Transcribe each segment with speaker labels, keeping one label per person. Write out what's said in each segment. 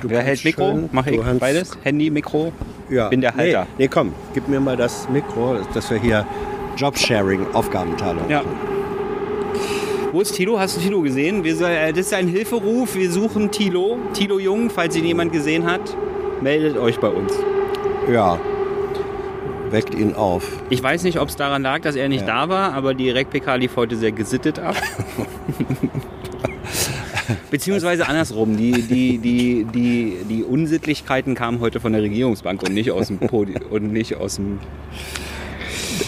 Speaker 1: Du Wer hält Mikro?
Speaker 2: schön-
Speaker 1: Mache
Speaker 2: du
Speaker 1: ich
Speaker 2: kannst-
Speaker 1: beides? Handy, Mikro?
Speaker 2: Ja.
Speaker 1: Bin der Halter.
Speaker 2: Nee, nee, komm, gib mir mal das Mikro, dass wir hier Jobsharing, Aufgabenteilung.
Speaker 1: Ja.
Speaker 2: machen.
Speaker 1: Wo ist Tilo? Hast du Tilo gesehen? Wir, so- äh, das ist ein Hilferuf. Wir suchen Tilo. Tilo Jung, falls ihn jemand gesehen hat, meldet euch bei uns.
Speaker 2: ja. Weckt ihn auf.
Speaker 1: Ich weiß nicht, ob es daran lag, dass er nicht da war, aber die RegPK lief heute sehr gesittet ab. Beziehungsweise andersrum, die, die, die, die, die Unsittlichkeiten kamen heute von der Regierungsbank und nicht aus dem Podium und nicht aus dem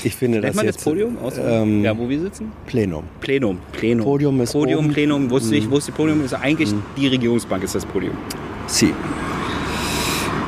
Speaker 2: Ich finde
Speaker 1: Nennt
Speaker 2: das
Speaker 1: man
Speaker 2: jetzt
Speaker 1: das Podium? Aus dem-
Speaker 2: ähm,
Speaker 1: ja, wo wir sitzen?
Speaker 2: Plenum.
Speaker 1: Plenum. Plenum.
Speaker 2: Podium ist
Speaker 1: Podium,
Speaker 2: oben. Mhm.
Speaker 1: Plenum, wusste ich, wusste Podium ist eigentlich die Regierungsbank ist das Podium.
Speaker 2: Sie.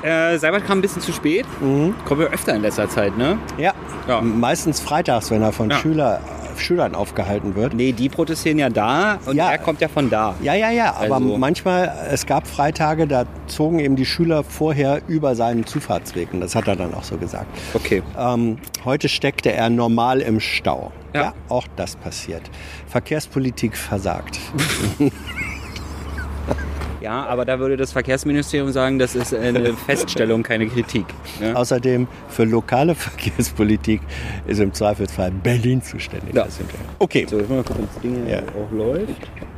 Speaker 1: Äh, Seibert kam ein bisschen zu spät.
Speaker 2: Mhm.
Speaker 1: Kommen wir öfter in letzter Zeit, ne?
Speaker 2: Ja.
Speaker 1: Ja.
Speaker 2: Meistens freitags, wenn er von
Speaker 1: Ja.
Speaker 2: Schüler, Schülern aufgehalten wird.
Speaker 1: Nee, die protestieren ja da und
Speaker 2: Ja.
Speaker 1: er kommt ja von da.
Speaker 2: Ja, ja, ja, aber
Speaker 1: Also-
Speaker 2: manchmal, es gab Freitage, da zogen eben die Schüler vorher über seinen Zufahrtsweg und das hat er dann auch so gesagt.
Speaker 1: Okay.
Speaker 2: Ähm, heute steckte er normal im Stau.
Speaker 1: Ja.
Speaker 2: auch das passiert. Verkehrspolitik versagt.
Speaker 1: Ja, aber da würde das Verkehrsministerium sagen, das ist eine Feststellung, keine Kritik. Ne?
Speaker 2: Außerdem für lokale Verkehrspolitik ist im Zweifelsfall Berlin zuständig.
Speaker 1: Ja.
Speaker 2: Das sind wir. Okay,
Speaker 1: So, jetzt mal gucken, ob das Ding hier
Speaker 2: Ja.
Speaker 1: auch läuft.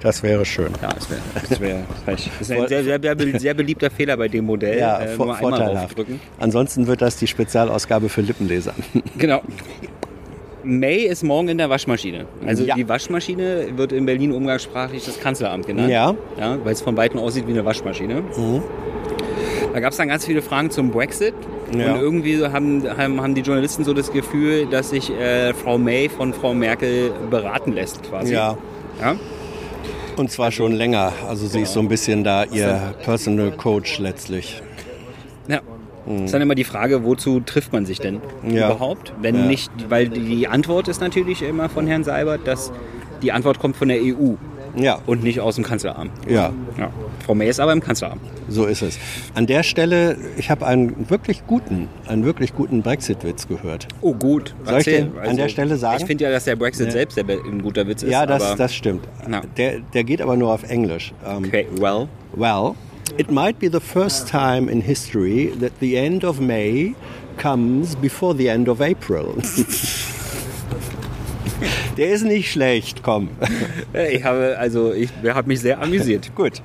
Speaker 2: das wäre schön.
Speaker 1: Ja, das wäre das wär falsch. Das ist ein sehr, sehr, sehr, sehr beliebter Fehler bei dem Modell.
Speaker 2: Ja,
Speaker 1: Äh,
Speaker 2: vor
Speaker 1: nur einmal
Speaker 2: vorteilhaft.
Speaker 1: draufdrücken.
Speaker 2: Ansonsten wird das die Spezialausgabe für Lippenleser.
Speaker 1: Genau. May ist morgen in der Waschmaschine. Also
Speaker 2: Ja.
Speaker 1: die Waschmaschine wird in Berlin umgangssprachlich das Kanzleramt genannt.
Speaker 2: Ja. Mhm.
Speaker 1: ja Weil es von Weitem aussieht wie eine Waschmaschine. Da gab es dann ganz viele Fragen zum Brexit.
Speaker 2: Ja.
Speaker 1: Und irgendwie so haben, haben, haben die Journalisten so das Gefühl, dass sich äh, Frau May von Frau Merkel beraten lässt quasi.
Speaker 2: Ja.
Speaker 1: ja?
Speaker 2: Und zwar schon länger. Also sie ist so ein bisschen da ihr
Speaker 1: Also-
Speaker 2: Personal Coach letztlich.
Speaker 1: Ja. Ist dann immer die Frage, wozu trifft man sich denn
Speaker 2: Mhm. Ja.
Speaker 1: überhaupt? Wenn nicht, weil die Antwort ist natürlich immer von Herrn Seibert, dass die Antwort kommt von der E EU
Speaker 2: Ja,
Speaker 1: und nicht aus dem Kanzleramt.
Speaker 2: ja,
Speaker 1: Ja. Frau May ist aber im Kanzleramt.
Speaker 2: so ist es. An der Stelle, ich habe einen wirklich guten, einen wirklich guten Brexit-Witz gehört.
Speaker 1: Oh gut, Also,
Speaker 2: Soll ich dir an der Stelle sagen?
Speaker 1: Ich finde ja, dass der Brexit selbst der be- ein guter Witz ist.
Speaker 2: Ja, das,
Speaker 1: aber,
Speaker 2: das stimmt.
Speaker 1: Na.
Speaker 2: Der, der geht aber nur auf Englisch. Ähm,
Speaker 1: Okay, well.
Speaker 2: Well, it might be the first time in history that the end of May comes before the end of April. der ist nicht schlecht, komm.
Speaker 1: Äh, Ich habe, also, ich habe mich sehr amüsiert.
Speaker 2: Gut.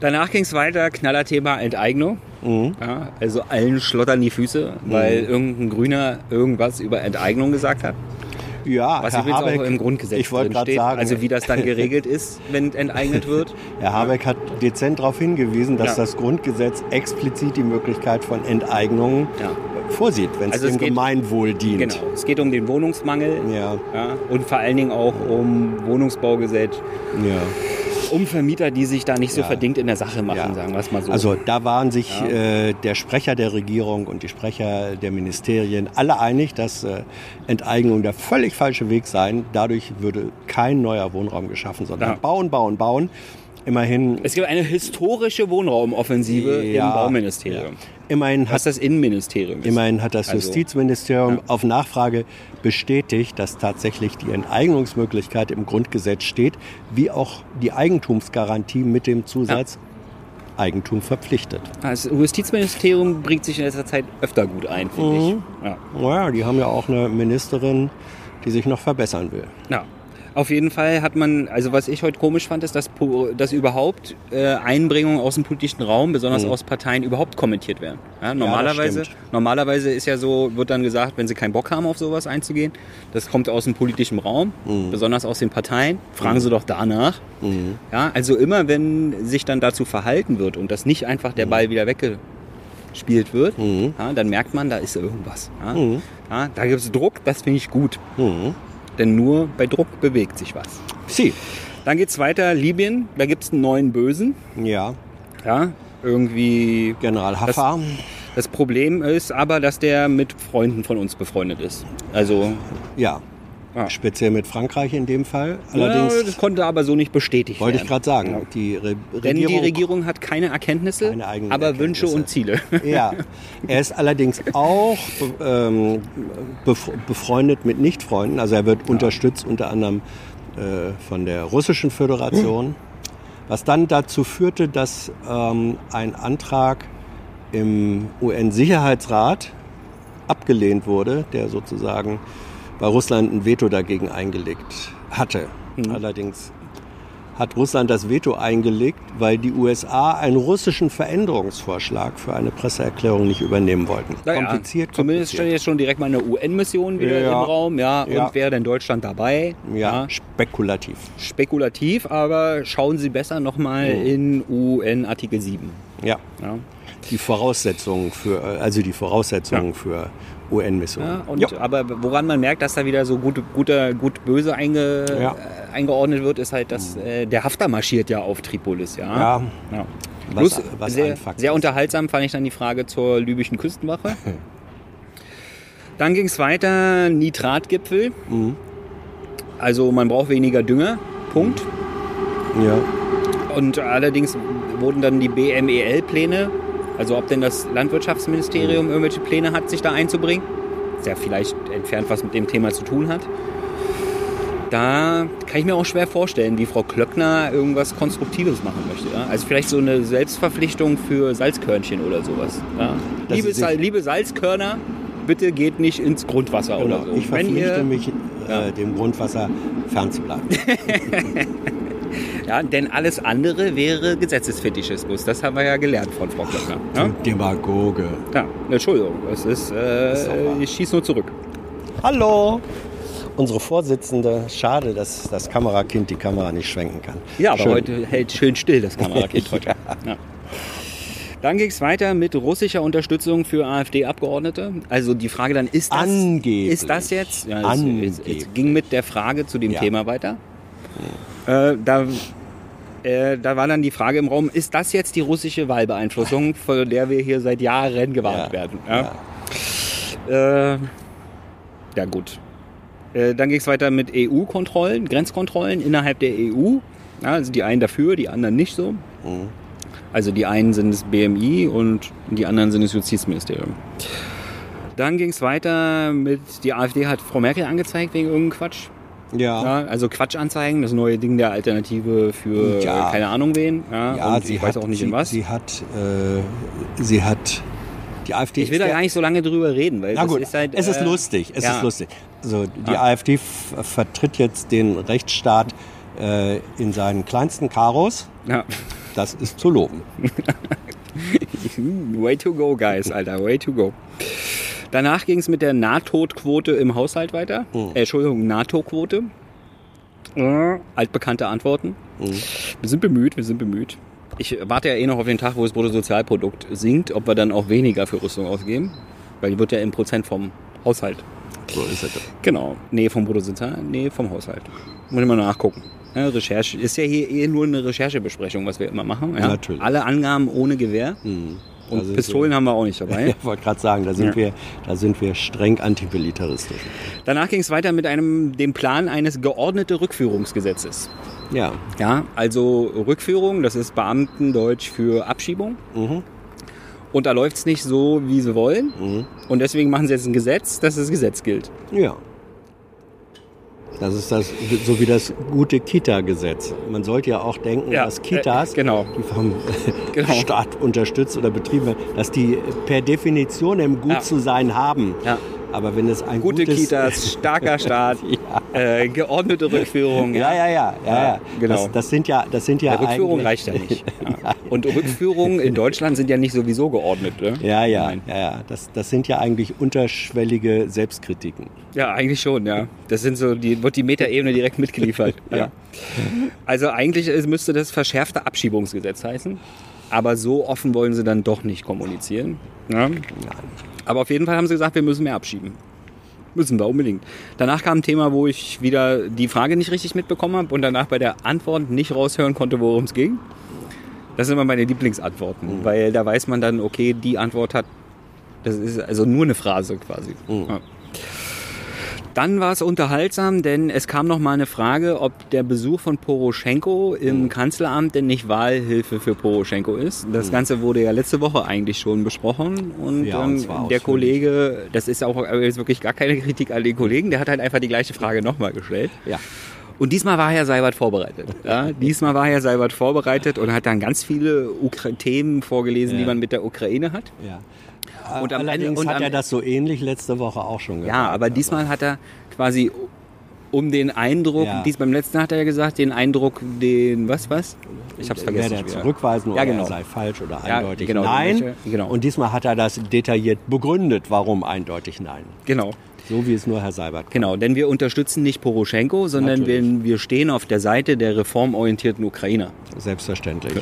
Speaker 1: Danach ging es weiter, Knallerthema Enteignung.
Speaker 2: Mhm.
Speaker 1: Ja, also allen schlottern die Füße, weil irgendein Grüner irgendwas über Enteignung gesagt hat.
Speaker 2: Ja,
Speaker 1: Was
Speaker 2: Herr
Speaker 1: übrigens
Speaker 2: Habeck,
Speaker 1: auch im Grundgesetz
Speaker 2: Ich wollte gerade
Speaker 1: drinsteht,
Speaker 2: sagen,
Speaker 1: also wie das dann geregelt ist, wenn enteignet wird.
Speaker 2: Herr Habeck hat dezent darauf hingewiesen, dass
Speaker 1: Ja.
Speaker 2: das Grundgesetz explizit die Möglichkeit von Enteignungen
Speaker 1: Ja.
Speaker 2: vorsieht, wenn
Speaker 1: Also
Speaker 2: es
Speaker 1: es
Speaker 2: dem
Speaker 1: geht-
Speaker 2: Gemeinwohl dient.
Speaker 1: Genau. Es geht um den Wohnungsmangel
Speaker 2: Ja,
Speaker 1: ja, und vor allen Dingen auch um Wohnungsbaugesetz,
Speaker 2: ja.
Speaker 1: um Vermieter, die sich da nicht so
Speaker 2: Ja.
Speaker 1: verdingt in der Sache machen,
Speaker 2: Ja.
Speaker 1: sagen wir es mal so.
Speaker 2: Also da waren sich
Speaker 1: Ja.
Speaker 2: äh, der Sprecher der Regierung und die Sprecher der Ministerien alle einig, dass äh, Enteignung der völlig falsche Weg sein. Dadurch würde kein neuer Wohnraum geschaffen, sondern
Speaker 1: Ja.
Speaker 2: bauen, bauen, bauen. Immerhin,
Speaker 1: es gibt eine historische Wohnraumoffensive
Speaker 2: Ja.
Speaker 1: im Bauministerium.
Speaker 2: immerhin hat
Speaker 1: Was das Innenministerium ist.
Speaker 2: Immerhin hat das
Speaker 1: Also,
Speaker 2: Justizministerium auf Nachfrage bestätigt, dass tatsächlich die Enteignungsmöglichkeit im Grundgesetz steht, wie auch die Eigentumsgarantie mit dem Zusatz Eigentum verpflichtet.
Speaker 1: Das Justizministerium bringt sich in letzter Zeit öfter gut ein, finde
Speaker 2: Mhm.
Speaker 1: ich. Ja.
Speaker 2: Naja, die haben ja auch eine Ministerin, die sich noch verbessern will.
Speaker 1: Ja. Auf jeden Fall hat man, also was ich heute komisch fand, ist, dass, po- dass überhaupt äh, Einbringungen aus dem politischen Raum, besonders aus Parteien, überhaupt kommentiert werden. Ja, normalerweise,
Speaker 2: stimmt.
Speaker 1: normalerweise ist ja so, wird dann gesagt, wenn sie keinen Bock haben, auf sowas einzugehen, das kommt aus dem politischen Raum, besonders aus den Parteien, fragen sie doch danach. Ja, also immer, wenn sich dann dazu verhalten wird und dass nicht einfach der Ball wieder wegge gespielt wird, ja, dann merkt man, da ist irgendwas. Ja. Ja, da gibt es Druck, das finde ich gut. Denn nur bei Druck bewegt sich was.
Speaker 2: Hm. Sie.
Speaker 1: Dann geht es weiter, Libyen, da gibt es einen neuen Bösen.
Speaker 2: Ja,
Speaker 1: Ja, irgendwie.
Speaker 2: General Hafar.
Speaker 1: Das Problem ist aber, dass der mit Freunden von uns befreundet ist. Also,
Speaker 2: Ja.
Speaker 1: Ja.
Speaker 2: Speziell mit Frankreich in dem Fall.
Speaker 1: Ah. ja, das
Speaker 2: Allerdings
Speaker 1: konnte aber so nicht bestätigt
Speaker 2: wollte ich
Speaker 1: werden. Genau.
Speaker 2: gerade sagen, die Re
Speaker 1: Denn
Speaker 2: Regierung
Speaker 1: die Regierung hat keine Erkenntnisse,
Speaker 2: Keine eigenen
Speaker 1: aber
Speaker 2: Erkenntnisse.
Speaker 1: Wünsche und Ziele.
Speaker 2: Ja, er ist allerdings auch be- ähm, bef- befreundet mit Nichtfreunden. Also er wird unterstützt unter anderem äh, von der Russischen Föderation, Was dann dazu führte, dass ähm, ein Antrag im UN-Sicherheitsrat abgelehnt wurde, der sozusagen bei Russland ein Veto dagegen eingelegt hatte. Mhm. Allerdings hat Russland das Veto eingelegt, weil die USA einen russischen Veränderungsvorschlag für eine Presseerklärung nicht übernehmen wollten.
Speaker 1: Na ja,
Speaker 2: kompliziert,
Speaker 1: Zumindest steht
Speaker 2: kompliziert.
Speaker 1: jetzt schon direkt mal eine UN-Mission wieder
Speaker 2: Ja.
Speaker 1: im Raum. Ja, und
Speaker 2: Ja.
Speaker 1: wäre denn Deutschland dabei?
Speaker 2: Ja, spekulativ.
Speaker 1: Spekulativ, aber schauen Sie besser nochmal in UN Artikel 7.
Speaker 2: Ja,
Speaker 1: Ja,
Speaker 2: die Voraussetzungen für, äh, also die Voraussetzungen für UN-Missionen.
Speaker 1: ja, und, äh,
Speaker 2: Jo.
Speaker 1: aber woran man merkt, dass da wieder so gut, guter, gut böse einge,
Speaker 2: Ja. Mhm.
Speaker 1: äh, eingeordnet wird, ist halt, dass äh, der Haftar marschiert ja auf Tripolis. Ja.
Speaker 2: Ja.
Speaker 1: ja.
Speaker 2: Was-
Speaker 1: Plus,
Speaker 2: was
Speaker 1: sehr,
Speaker 2: ein Fakt
Speaker 1: sehr
Speaker 2: ist.
Speaker 1: unterhaltsam fand ich dann die Frage zur libyschen Küstenwache. dann ging es weiter, Nitratgipfel.
Speaker 2: Mhm.
Speaker 1: Also man braucht weniger Dünger, Punkt.
Speaker 2: ja.
Speaker 1: Und allerdings wurden dann die BMEL-Pläne, also ob denn das Landwirtschaftsministerium
Speaker 2: Mhm.
Speaker 1: irgendwelche Pläne hat, sich da einzubringen, ist ja vielleicht entfernt, was mit dem Thema zu tun hat. Da kann ich mir auch schwer vorstellen, wie Frau Klöckner irgendwas Konstruktives machen möchte. Ja? Also vielleicht so eine Selbstverpflichtung für Salzkörnchen oder sowas. Ja?
Speaker 2: Mhm. Dass
Speaker 1: Liebe,
Speaker 2: sie sich-
Speaker 1: Sal liebe Salzkörner, bitte geht nicht ins Grundwasser
Speaker 2: Genau.
Speaker 1: oder so.
Speaker 2: Ich
Speaker 1: Wenn
Speaker 2: verpflichte
Speaker 1: ihr,
Speaker 2: mich, äh, dem Grundwasser fernzubleiben.
Speaker 1: ja, denn alles andere wäre Gesetzesfetischismus. Das haben wir ja gelernt von Frau Klöckner. ne? Ja?
Speaker 2: Demagoge.
Speaker 1: Ja, Entschuldigung, es ist, äh,
Speaker 2: Ist doch wahr.
Speaker 1: ich schieß nur zurück.
Speaker 2: Hallo! Unsere Vorsitzende, schade, dass das Kamerakind die Kamera nicht schwenken kann.
Speaker 1: Ja, aber
Speaker 2: Schön.
Speaker 1: heute hält schön still das Kamerakind heute. Ja. Dann ging es weiter mit russischer Unterstützung für AfD-Abgeordnete. Also die Frage dann, ist das,
Speaker 2: Angeblich.
Speaker 1: ist das jetzt? Ja, es- es, es,
Speaker 2: Angeblich.
Speaker 1: es ging mit der Frage zu dem
Speaker 2: Ja.
Speaker 1: Thema weiter. Äh, da, äh, da war dann die Frage im Raum, ist das jetzt die russische Wahlbeeinflussung, vor der wir hier seit Jahren
Speaker 2: Ja.
Speaker 1: gewarnt werden? Ja.
Speaker 2: Ja.
Speaker 1: Äh, ja, gut. Äh, dann ging es weiter mit EU-Kontrollen, Grenzkontrollen innerhalb der EU. Ja, also die einen dafür, die anderen nicht so.
Speaker 2: Mhm.
Speaker 1: Also die einen sind das BMI und die anderen sind das Justizministerium. Dann ging es weiter mit, die AfD hat Frau Merkel angezeigt wegen irgendeinem Quatsch.
Speaker 2: Ja.
Speaker 1: Ja, also Quatschanzeigen, das neue Ding der Alternative für
Speaker 2: Ja.
Speaker 1: äh, keine Ahnung wen. Ja,
Speaker 2: Ja,
Speaker 1: und
Speaker 2: sie
Speaker 1: ich
Speaker 2: hat,
Speaker 1: weiß auch nicht
Speaker 2: sie,
Speaker 1: in was.
Speaker 2: Sie hat, äh, sie hat die AfD.
Speaker 1: ich will
Speaker 2: ist
Speaker 1: da
Speaker 2: der-
Speaker 1: gar nicht so lange drüber reden, weil
Speaker 2: Na
Speaker 1: das
Speaker 2: gut,
Speaker 1: ist halt,
Speaker 2: es ist
Speaker 1: äh,
Speaker 2: lustig, es
Speaker 1: ja. Ah.
Speaker 2: ist lustig. Also die
Speaker 1: Ja.
Speaker 2: AfD f- vertritt jetzt den Rechtsstaat äh, in seinen kleinsten Karos.
Speaker 1: Ja.
Speaker 2: Das ist zu loben.
Speaker 1: Way to go, guys, Alter, way to go. Danach ging es mit der Nahtodquote im Haushalt weiter.
Speaker 2: Hm.
Speaker 1: Äh, Entschuldigung, NATO-Quote. Äh, altbekannte Antworten.
Speaker 2: Hm.
Speaker 1: Wir sind bemüht, wir sind bemüht. Ich warte ja eh noch auf den Tag, wo das Bruttosozialprodukt sinkt, ob wir dann auch weniger für Rüstung ausgeben. Weil die wird ja in Prozent vom Haushalt.
Speaker 2: So ist es.
Speaker 1: Genau. Nee, vom Bruttosozial, nee, vom Haushalt. Muss ich mal nachgucken. Ja, Recherche. Ist ja hier eh nur eine Recherchebesprechung, was wir immer machen. Ja?
Speaker 2: Natürlich.
Speaker 1: Alle Angaben ohne Gewehr. Und
Speaker 2: Also
Speaker 1: Pistolen haben wir auch nicht dabei.
Speaker 2: Ich wollte gerade sagen, da sind,
Speaker 1: Ja.
Speaker 2: wir, da sind wir streng antimilitaristisch.
Speaker 1: Danach ging es weiter mit einem, dem Plan eines geordnete Rückführungsgesetzes.
Speaker 2: Ja.
Speaker 1: Ja, also Rückführung, das ist Beamtendeutsch für Abschiebung.
Speaker 2: Mhm.
Speaker 1: Und da läuft es nicht so, wie sie wollen.
Speaker 2: Mhm.
Speaker 1: Und deswegen machen sie jetzt ein Gesetz, dass das Gesetz gilt.
Speaker 2: Ja. Das ist das, so wie das gute Kita-Gesetz. Man sollte ja auch denken,
Speaker 1: Ja,
Speaker 2: dass Kitas,
Speaker 1: äh, genau.
Speaker 2: die vom
Speaker 1: Genau.
Speaker 2: Staat unterstützt oder betrieben werden, dass die per Definition im Gut
Speaker 1: Ja.
Speaker 2: zu sein haben.
Speaker 1: Ja.
Speaker 2: Aber wenn es ein
Speaker 1: Gute
Speaker 2: gutes,
Speaker 1: Kitas, starker Staat, äh, geordnete Rückführung.
Speaker 2: Ja, ja, ja, ja, ja.
Speaker 1: Ja, genau.
Speaker 2: Das, das sind ja, das sind ja,
Speaker 1: Ja, Rückführung
Speaker 2: eigentlich-
Speaker 1: reicht ja nicht. Ja. Und Rückführungen in Deutschland sind ja nicht sowieso geordnet. Ne?
Speaker 2: Ja, ja,
Speaker 1: Nein.
Speaker 2: ja, ja. Das, das sind ja eigentlich unterschwellige Selbstkritiken.
Speaker 1: Ja, eigentlich schon, ja. Das sind so, die wird die Metaebene direkt mitgeliefert. ja. Also eigentlich ist- müsste das verschärfte Abschiebungsgesetz heißen. Aber so offen wollen sie dann doch nicht kommunizieren. ne? Ja. Aber auf jeden Fall haben sie gesagt, wir müssen mehr abschieben. Müssen wir unbedingt. Danach kam ein Thema, wo ich wieder die Frage nicht richtig mitbekommen habe und danach bei der Antwort nicht raushören konnte, worum es ging. Das sind immer meine Lieblingsantworten, weil da weiß man dann, okay, die Antwort hat, das ist also nur eine Phrase quasi.
Speaker 2: Mhm.
Speaker 1: Ja. Dann war es unterhaltsam, denn es kam noch mal eine Frage, ob der Besuch von Poroschenko im
Speaker 2: Mhm.
Speaker 1: Kanzleramt denn nicht Wahlhilfe für Poroschenko ist. Das Ganze wurde ja letzte Woche eigentlich schon besprochen und,
Speaker 2: Mhm. Ja, und
Speaker 1: ähm,
Speaker 2: zwar
Speaker 1: der
Speaker 2: ausführlich.
Speaker 1: Kollege, das ist ja auch jetzt wirklich gar keine Kritik an den Kollegen, der hat halt einfach die gleiche Frage nochmal gestellt.
Speaker 2: Ja.
Speaker 1: Und diesmal war Herr Seibert vorbereitet. Ja, diesmal war Herr Seibert vorbereitet und hat dann ganz viele Ukra Themen vorgelesen,
Speaker 2: Ja.
Speaker 1: die man mit der Ukraine hat.
Speaker 2: Ja.
Speaker 1: Und am Ende-
Speaker 2: Allerdings
Speaker 1: und
Speaker 2: hat
Speaker 1: am-
Speaker 2: er das so ähnlich letzte Woche auch schon gemacht.
Speaker 1: Ja, aber diesmal hat er quasi um den Eindruck,
Speaker 2: Ja.
Speaker 1: dies beim letzten hat er ja gesagt, den Eindruck, den was was? Ich hab's vergessen.
Speaker 2: Werde er
Speaker 1: schon wieder.
Speaker 2: zurückweisen
Speaker 1: Ja,
Speaker 2: oder
Speaker 1: genau.
Speaker 2: er sei falsch oder
Speaker 1: Ja,
Speaker 2: eindeutig
Speaker 1: genau,
Speaker 2: nein.
Speaker 1: irgendwelche- genau.
Speaker 2: Und diesmal hat er das detailliert begründet, warum eindeutig nein.
Speaker 1: Genau.
Speaker 2: So wie es nur Herr Seibert kann.
Speaker 1: Genau, denn wir unterstützen nicht Poroschenko, sondern wir,
Speaker 2: Natürlich.
Speaker 1: wir stehen auf der Seite der reformorientierten Ukrainer.
Speaker 2: Selbstverständlich.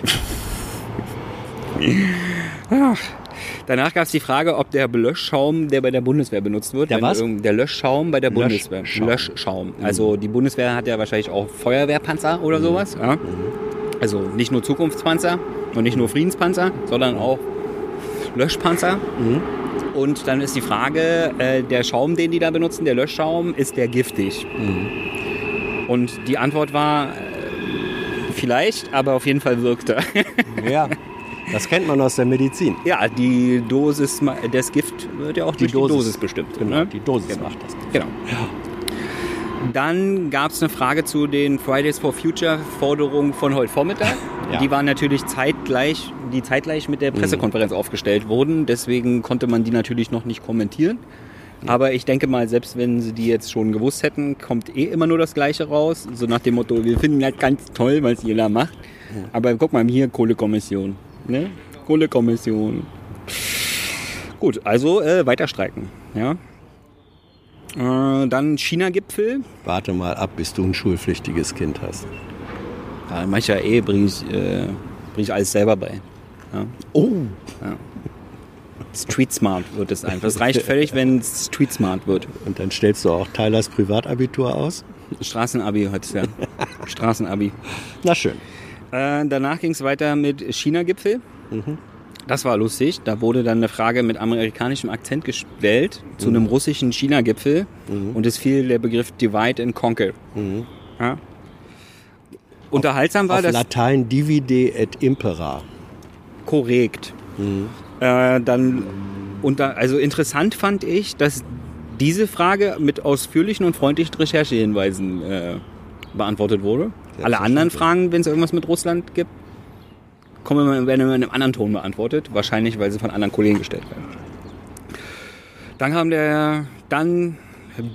Speaker 1: Danach gab es die Frage, ob der Löschschaum, der bei der Bundeswehr benutzt wird,
Speaker 2: Der
Speaker 1: wenn
Speaker 2: was? Mhm.
Speaker 1: irgend- der Löschschaum bei der Bundeswehr.
Speaker 2: Löschschaum.
Speaker 1: Löschschaum. Also die Bundeswehr hat ja wahrscheinlich auch Feuerwehrpanzer
Speaker 2: Mhm.
Speaker 1: oder sowas. Ja? Also nicht nur Zukunftspanzer und nicht nur Friedenspanzer, sondern auch Löschpanzer.
Speaker 2: Mhm.
Speaker 1: Und dann ist die Frage, äh, der Schaum, den die da benutzen, der Löschschaum, ist der giftig?
Speaker 2: Mhm.
Speaker 1: Und die Antwort war, äh, vielleicht, aber auf jeden Fall wirkt er.
Speaker 2: ja, das kennt man aus der Medizin.
Speaker 1: Ja, die Dosis, ma- das Gift wird ja auch durch die
Speaker 2: Dosis.
Speaker 1: Dosis bestimmt.
Speaker 2: Genau,
Speaker 1: ne?
Speaker 2: die Dosis
Speaker 1: genau.
Speaker 2: macht das.
Speaker 1: Genau. Dann gab es eine Frage zu den Fridays for Future Forderungen von heute Vormittag.
Speaker 2: Ja.
Speaker 1: Die waren natürlich zeitgleich, die zeitgleich mit der Pressekonferenz aufgestellt wurden. Deswegen konnte man die natürlich noch nicht kommentieren. Aber ich denke mal, selbst wenn sie die jetzt schon gewusst hätten, kommt eh immer nur das Gleiche raus. So nach dem Motto, wir finden das ganz toll, was ihr da macht. Aber guck mal hier, Kohlekommission. Ne? Kohlekommission. Gut, also äh, weiter streiken. Ja? Äh, dann China-Gipfel.
Speaker 2: Warte mal ab, bis du ein schulpflichtiges Kind hast.
Speaker 1: Ja, dann mach ich ja eh, bring ich, äh, bring ich alles selber bei. Ja.
Speaker 2: Oh,
Speaker 1: Street Smart wird es einfach. Es reicht völlig, wenn es Street Smart wird.
Speaker 2: und dann stellst du auch Tylers Privatabitur aus?
Speaker 1: Straßenabi heute, ja. Straßenabi.
Speaker 2: Na schön.
Speaker 1: Äh, danach ging es weiter mit China-Gipfel.
Speaker 2: Mhm.
Speaker 1: Das war lustig. Da wurde dann eine Frage mit amerikanischem Akzent gestellt zu
Speaker 2: Mhm.
Speaker 1: einem russischen China-Gipfel. Und es fiel der Begriff Divide and Conquer. Ja. Unterhaltsam war
Speaker 2: Mhm. Auf
Speaker 1: das.
Speaker 2: Latein divide et impera.
Speaker 1: korrekt. Äh, dann unter, also interessant fand ich, dass diese Frage mit ausführlichen und freundlichen Recherchehinweisen äh, beantwortet wurde. Alle anderen Fragen, wenn es irgendwas mit Russland gibt, kommen immer, werden immer in einem anderen Ton beantwortet. Wahrscheinlich, weil sie von anderen Kollegen gestellt werden. Dann kam der, dann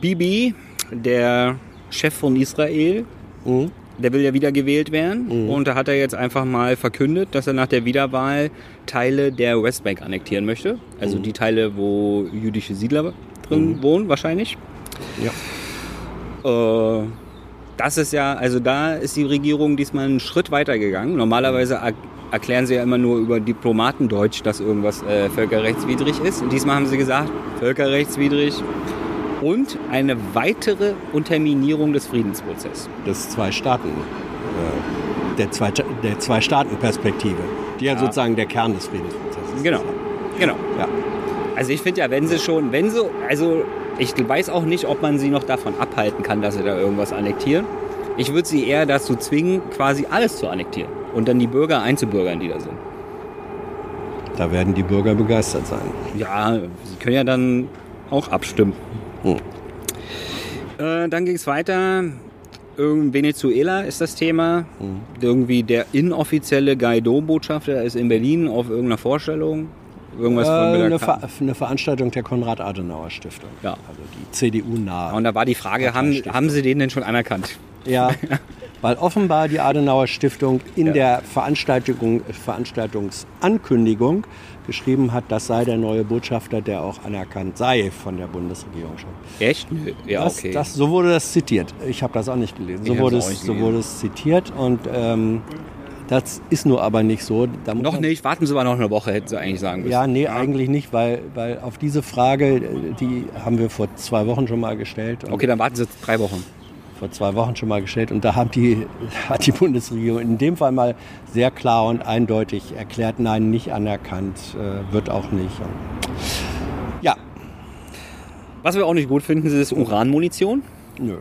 Speaker 1: Bibi, der Chef von Israel,
Speaker 2: Mhm.
Speaker 1: der will ja wieder gewählt werden. Und da hat er jetzt einfach mal verkündet, dass er nach der Wiederwahl Teile der Westbank annektieren möchte. Also die Teile, wo jüdische Siedler drin wohnen, wahrscheinlich.
Speaker 2: Ja.
Speaker 1: Äh, das ist ja, also da ist die Regierung diesmal einen Schritt weiter gegangen. Normalerweise er erklären sie ja immer nur über Diplomatendeutsch, dass irgendwas äh, völkerrechtswidrig ist. Und diesmal haben sie gesagt, völkerrechtswidrig und eine weitere Unterminierung des Friedensprozesses.
Speaker 2: des Zwei-Staaten, äh, der, Zwei der Zwei-Staaten-Perspektive, die ja, sozusagen der Kern des Friedensprozesses
Speaker 1: Genau, genau.
Speaker 2: ist. Ja.
Speaker 1: Also ich finde ja, wenn sie schon, wenn sie, also ich weiß auch nicht, ob man sie noch davon abhalten kann, dass sie da irgendwas annektieren. Ich würde sie eher dazu zwingen, quasi alles zu annektieren und dann die Bürger einzubürgern, die da sind.
Speaker 2: Da werden die Bürger begeistert sein.
Speaker 1: Ja, sie können ja dann auch abstimmen.
Speaker 2: Hm.
Speaker 1: Äh, dann ging es weiter. Irgend Venezuela ist das Thema. Irgendwie der inoffizielle Guaido-Botschafter ist in Berlin auf irgendeiner Vorstellung. Irgendwas
Speaker 2: Äh,
Speaker 1: von
Speaker 2: eine,
Speaker 1: Belacan-
Speaker 2: Ver eine Veranstaltung der Konrad-Adenauer-Stiftung.
Speaker 1: Ja.
Speaker 2: Also die CDU-nahe.
Speaker 1: Und da war die Frage, haben, haben sie den denn schon anerkannt?
Speaker 2: Ja, weil offenbar die Adenauer-Stiftung in
Speaker 1: Ja.
Speaker 2: der Veranstaltung, Veranstaltungsankündigung geschrieben hat, das sei der neue Botschafter, der auch anerkannt sei von der Bundesregierung schon.
Speaker 1: Echt? Nö. Ja,
Speaker 2: Das,
Speaker 1: okay.
Speaker 2: das, so wurde das zitiert. Ich habe das auch nicht gelesen. So
Speaker 1: Ich hab's
Speaker 2: wurde,
Speaker 1: auch
Speaker 2: es,
Speaker 1: nicht
Speaker 2: so
Speaker 1: gelesen.
Speaker 2: wurde es zitiert und ähm, das ist nur aber nicht so. Da muss
Speaker 1: noch
Speaker 2: man-
Speaker 1: nicht, warten Sie mal noch eine Woche, hätten Sie eigentlich sagen müssen.
Speaker 2: Ja, nee, eigentlich nicht, weil, weil auf diese Frage, äh, die haben wir vor zwei Wochen schon mal gestellt. Und
Speaker 1: Okay, dann warten Sie drei Wochen.
Speaker 2: Vor zwei Wochen schon mal gestellt und da haben die, hat die Bundesregierung in dem Fall mal sehr klar und eindeutig erklärt, nein, nicht anerkannt, äh, wird auch nicht. Und, ja,
Speaker 1: Was wir auch nicht gut finden, ist Uranmunition.
Speaker 2: nö.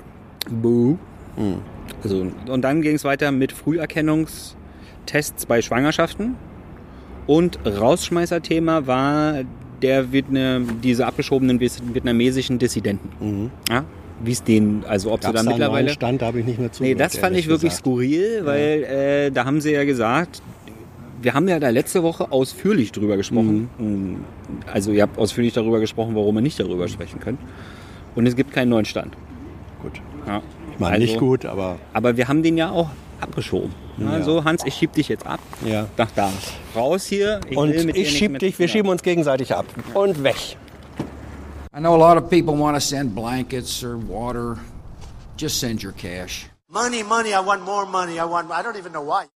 Speaker 1: Boo. Also, und dann ging es weiter mit Früherkennungstests bei Schwangerschaften. Und Rausschmeißerthema ne, war der Vietnam, diese abgeschobenen Vies- vietnamesischen Dissidenten. Ja? wie es denen, also ob sie
Speaker 2: Mhm. Gab's
Speaker 1: dann
Speaker 2: da einen neuen
Speaker 1: mittlerweile.
Speaker 2: Stand, da habe ich nicht mehr
Speaker 1: Nee,
Speaker 2: zugehört.
Speaker 1: das fand
Speaker 2: ehrlich
Speaker 1: ich wirklich
Speaker 2: gesagt.
Speaker 1: skurril, weil äh, da haben sie ja gesagt, wir haben ja da letzte Woche ausführlich drüber gesprochen.
Speaker 2: Mhm.
Speaker 1: Also ihr habt ausführlich darüber gesprochen, warum wir nicht darüber sprechen können. Und es gibt keinen neuen Stand.
Speaker 2: Gut.
Speaker 1: Ja.
Speaker 2: Ich meine,
Speaker 1: Also-
Speaker 2: nicht gut, aber
Speaker 1: Aber wir haben den ja auch abgeschoben. Ja,
Speaker 2: Ja.
Speaker 1: So, Hans, ich schieb dich jetzt ab.
Speaker 2: ja.
Speaker 1: Nach da. Raus hier.
Speaker 2: Und
Speaker 1: will mit dir
Speaker 2: ich
Speaker 1: nicht
Speaker 2: schieb
Speaker 1: mehr
Speaker 2: dich,
Speaker 1: zu
Speaker 2: wir
Speaker 1: tun
Speaker 2: schieben uns gegenseitig ab. Und weg.
Speaker 3: I know a lot of people want to send blankets or water. Just send your cash.
Speaker 4: Money, money, I want more money. I want I don't even know why.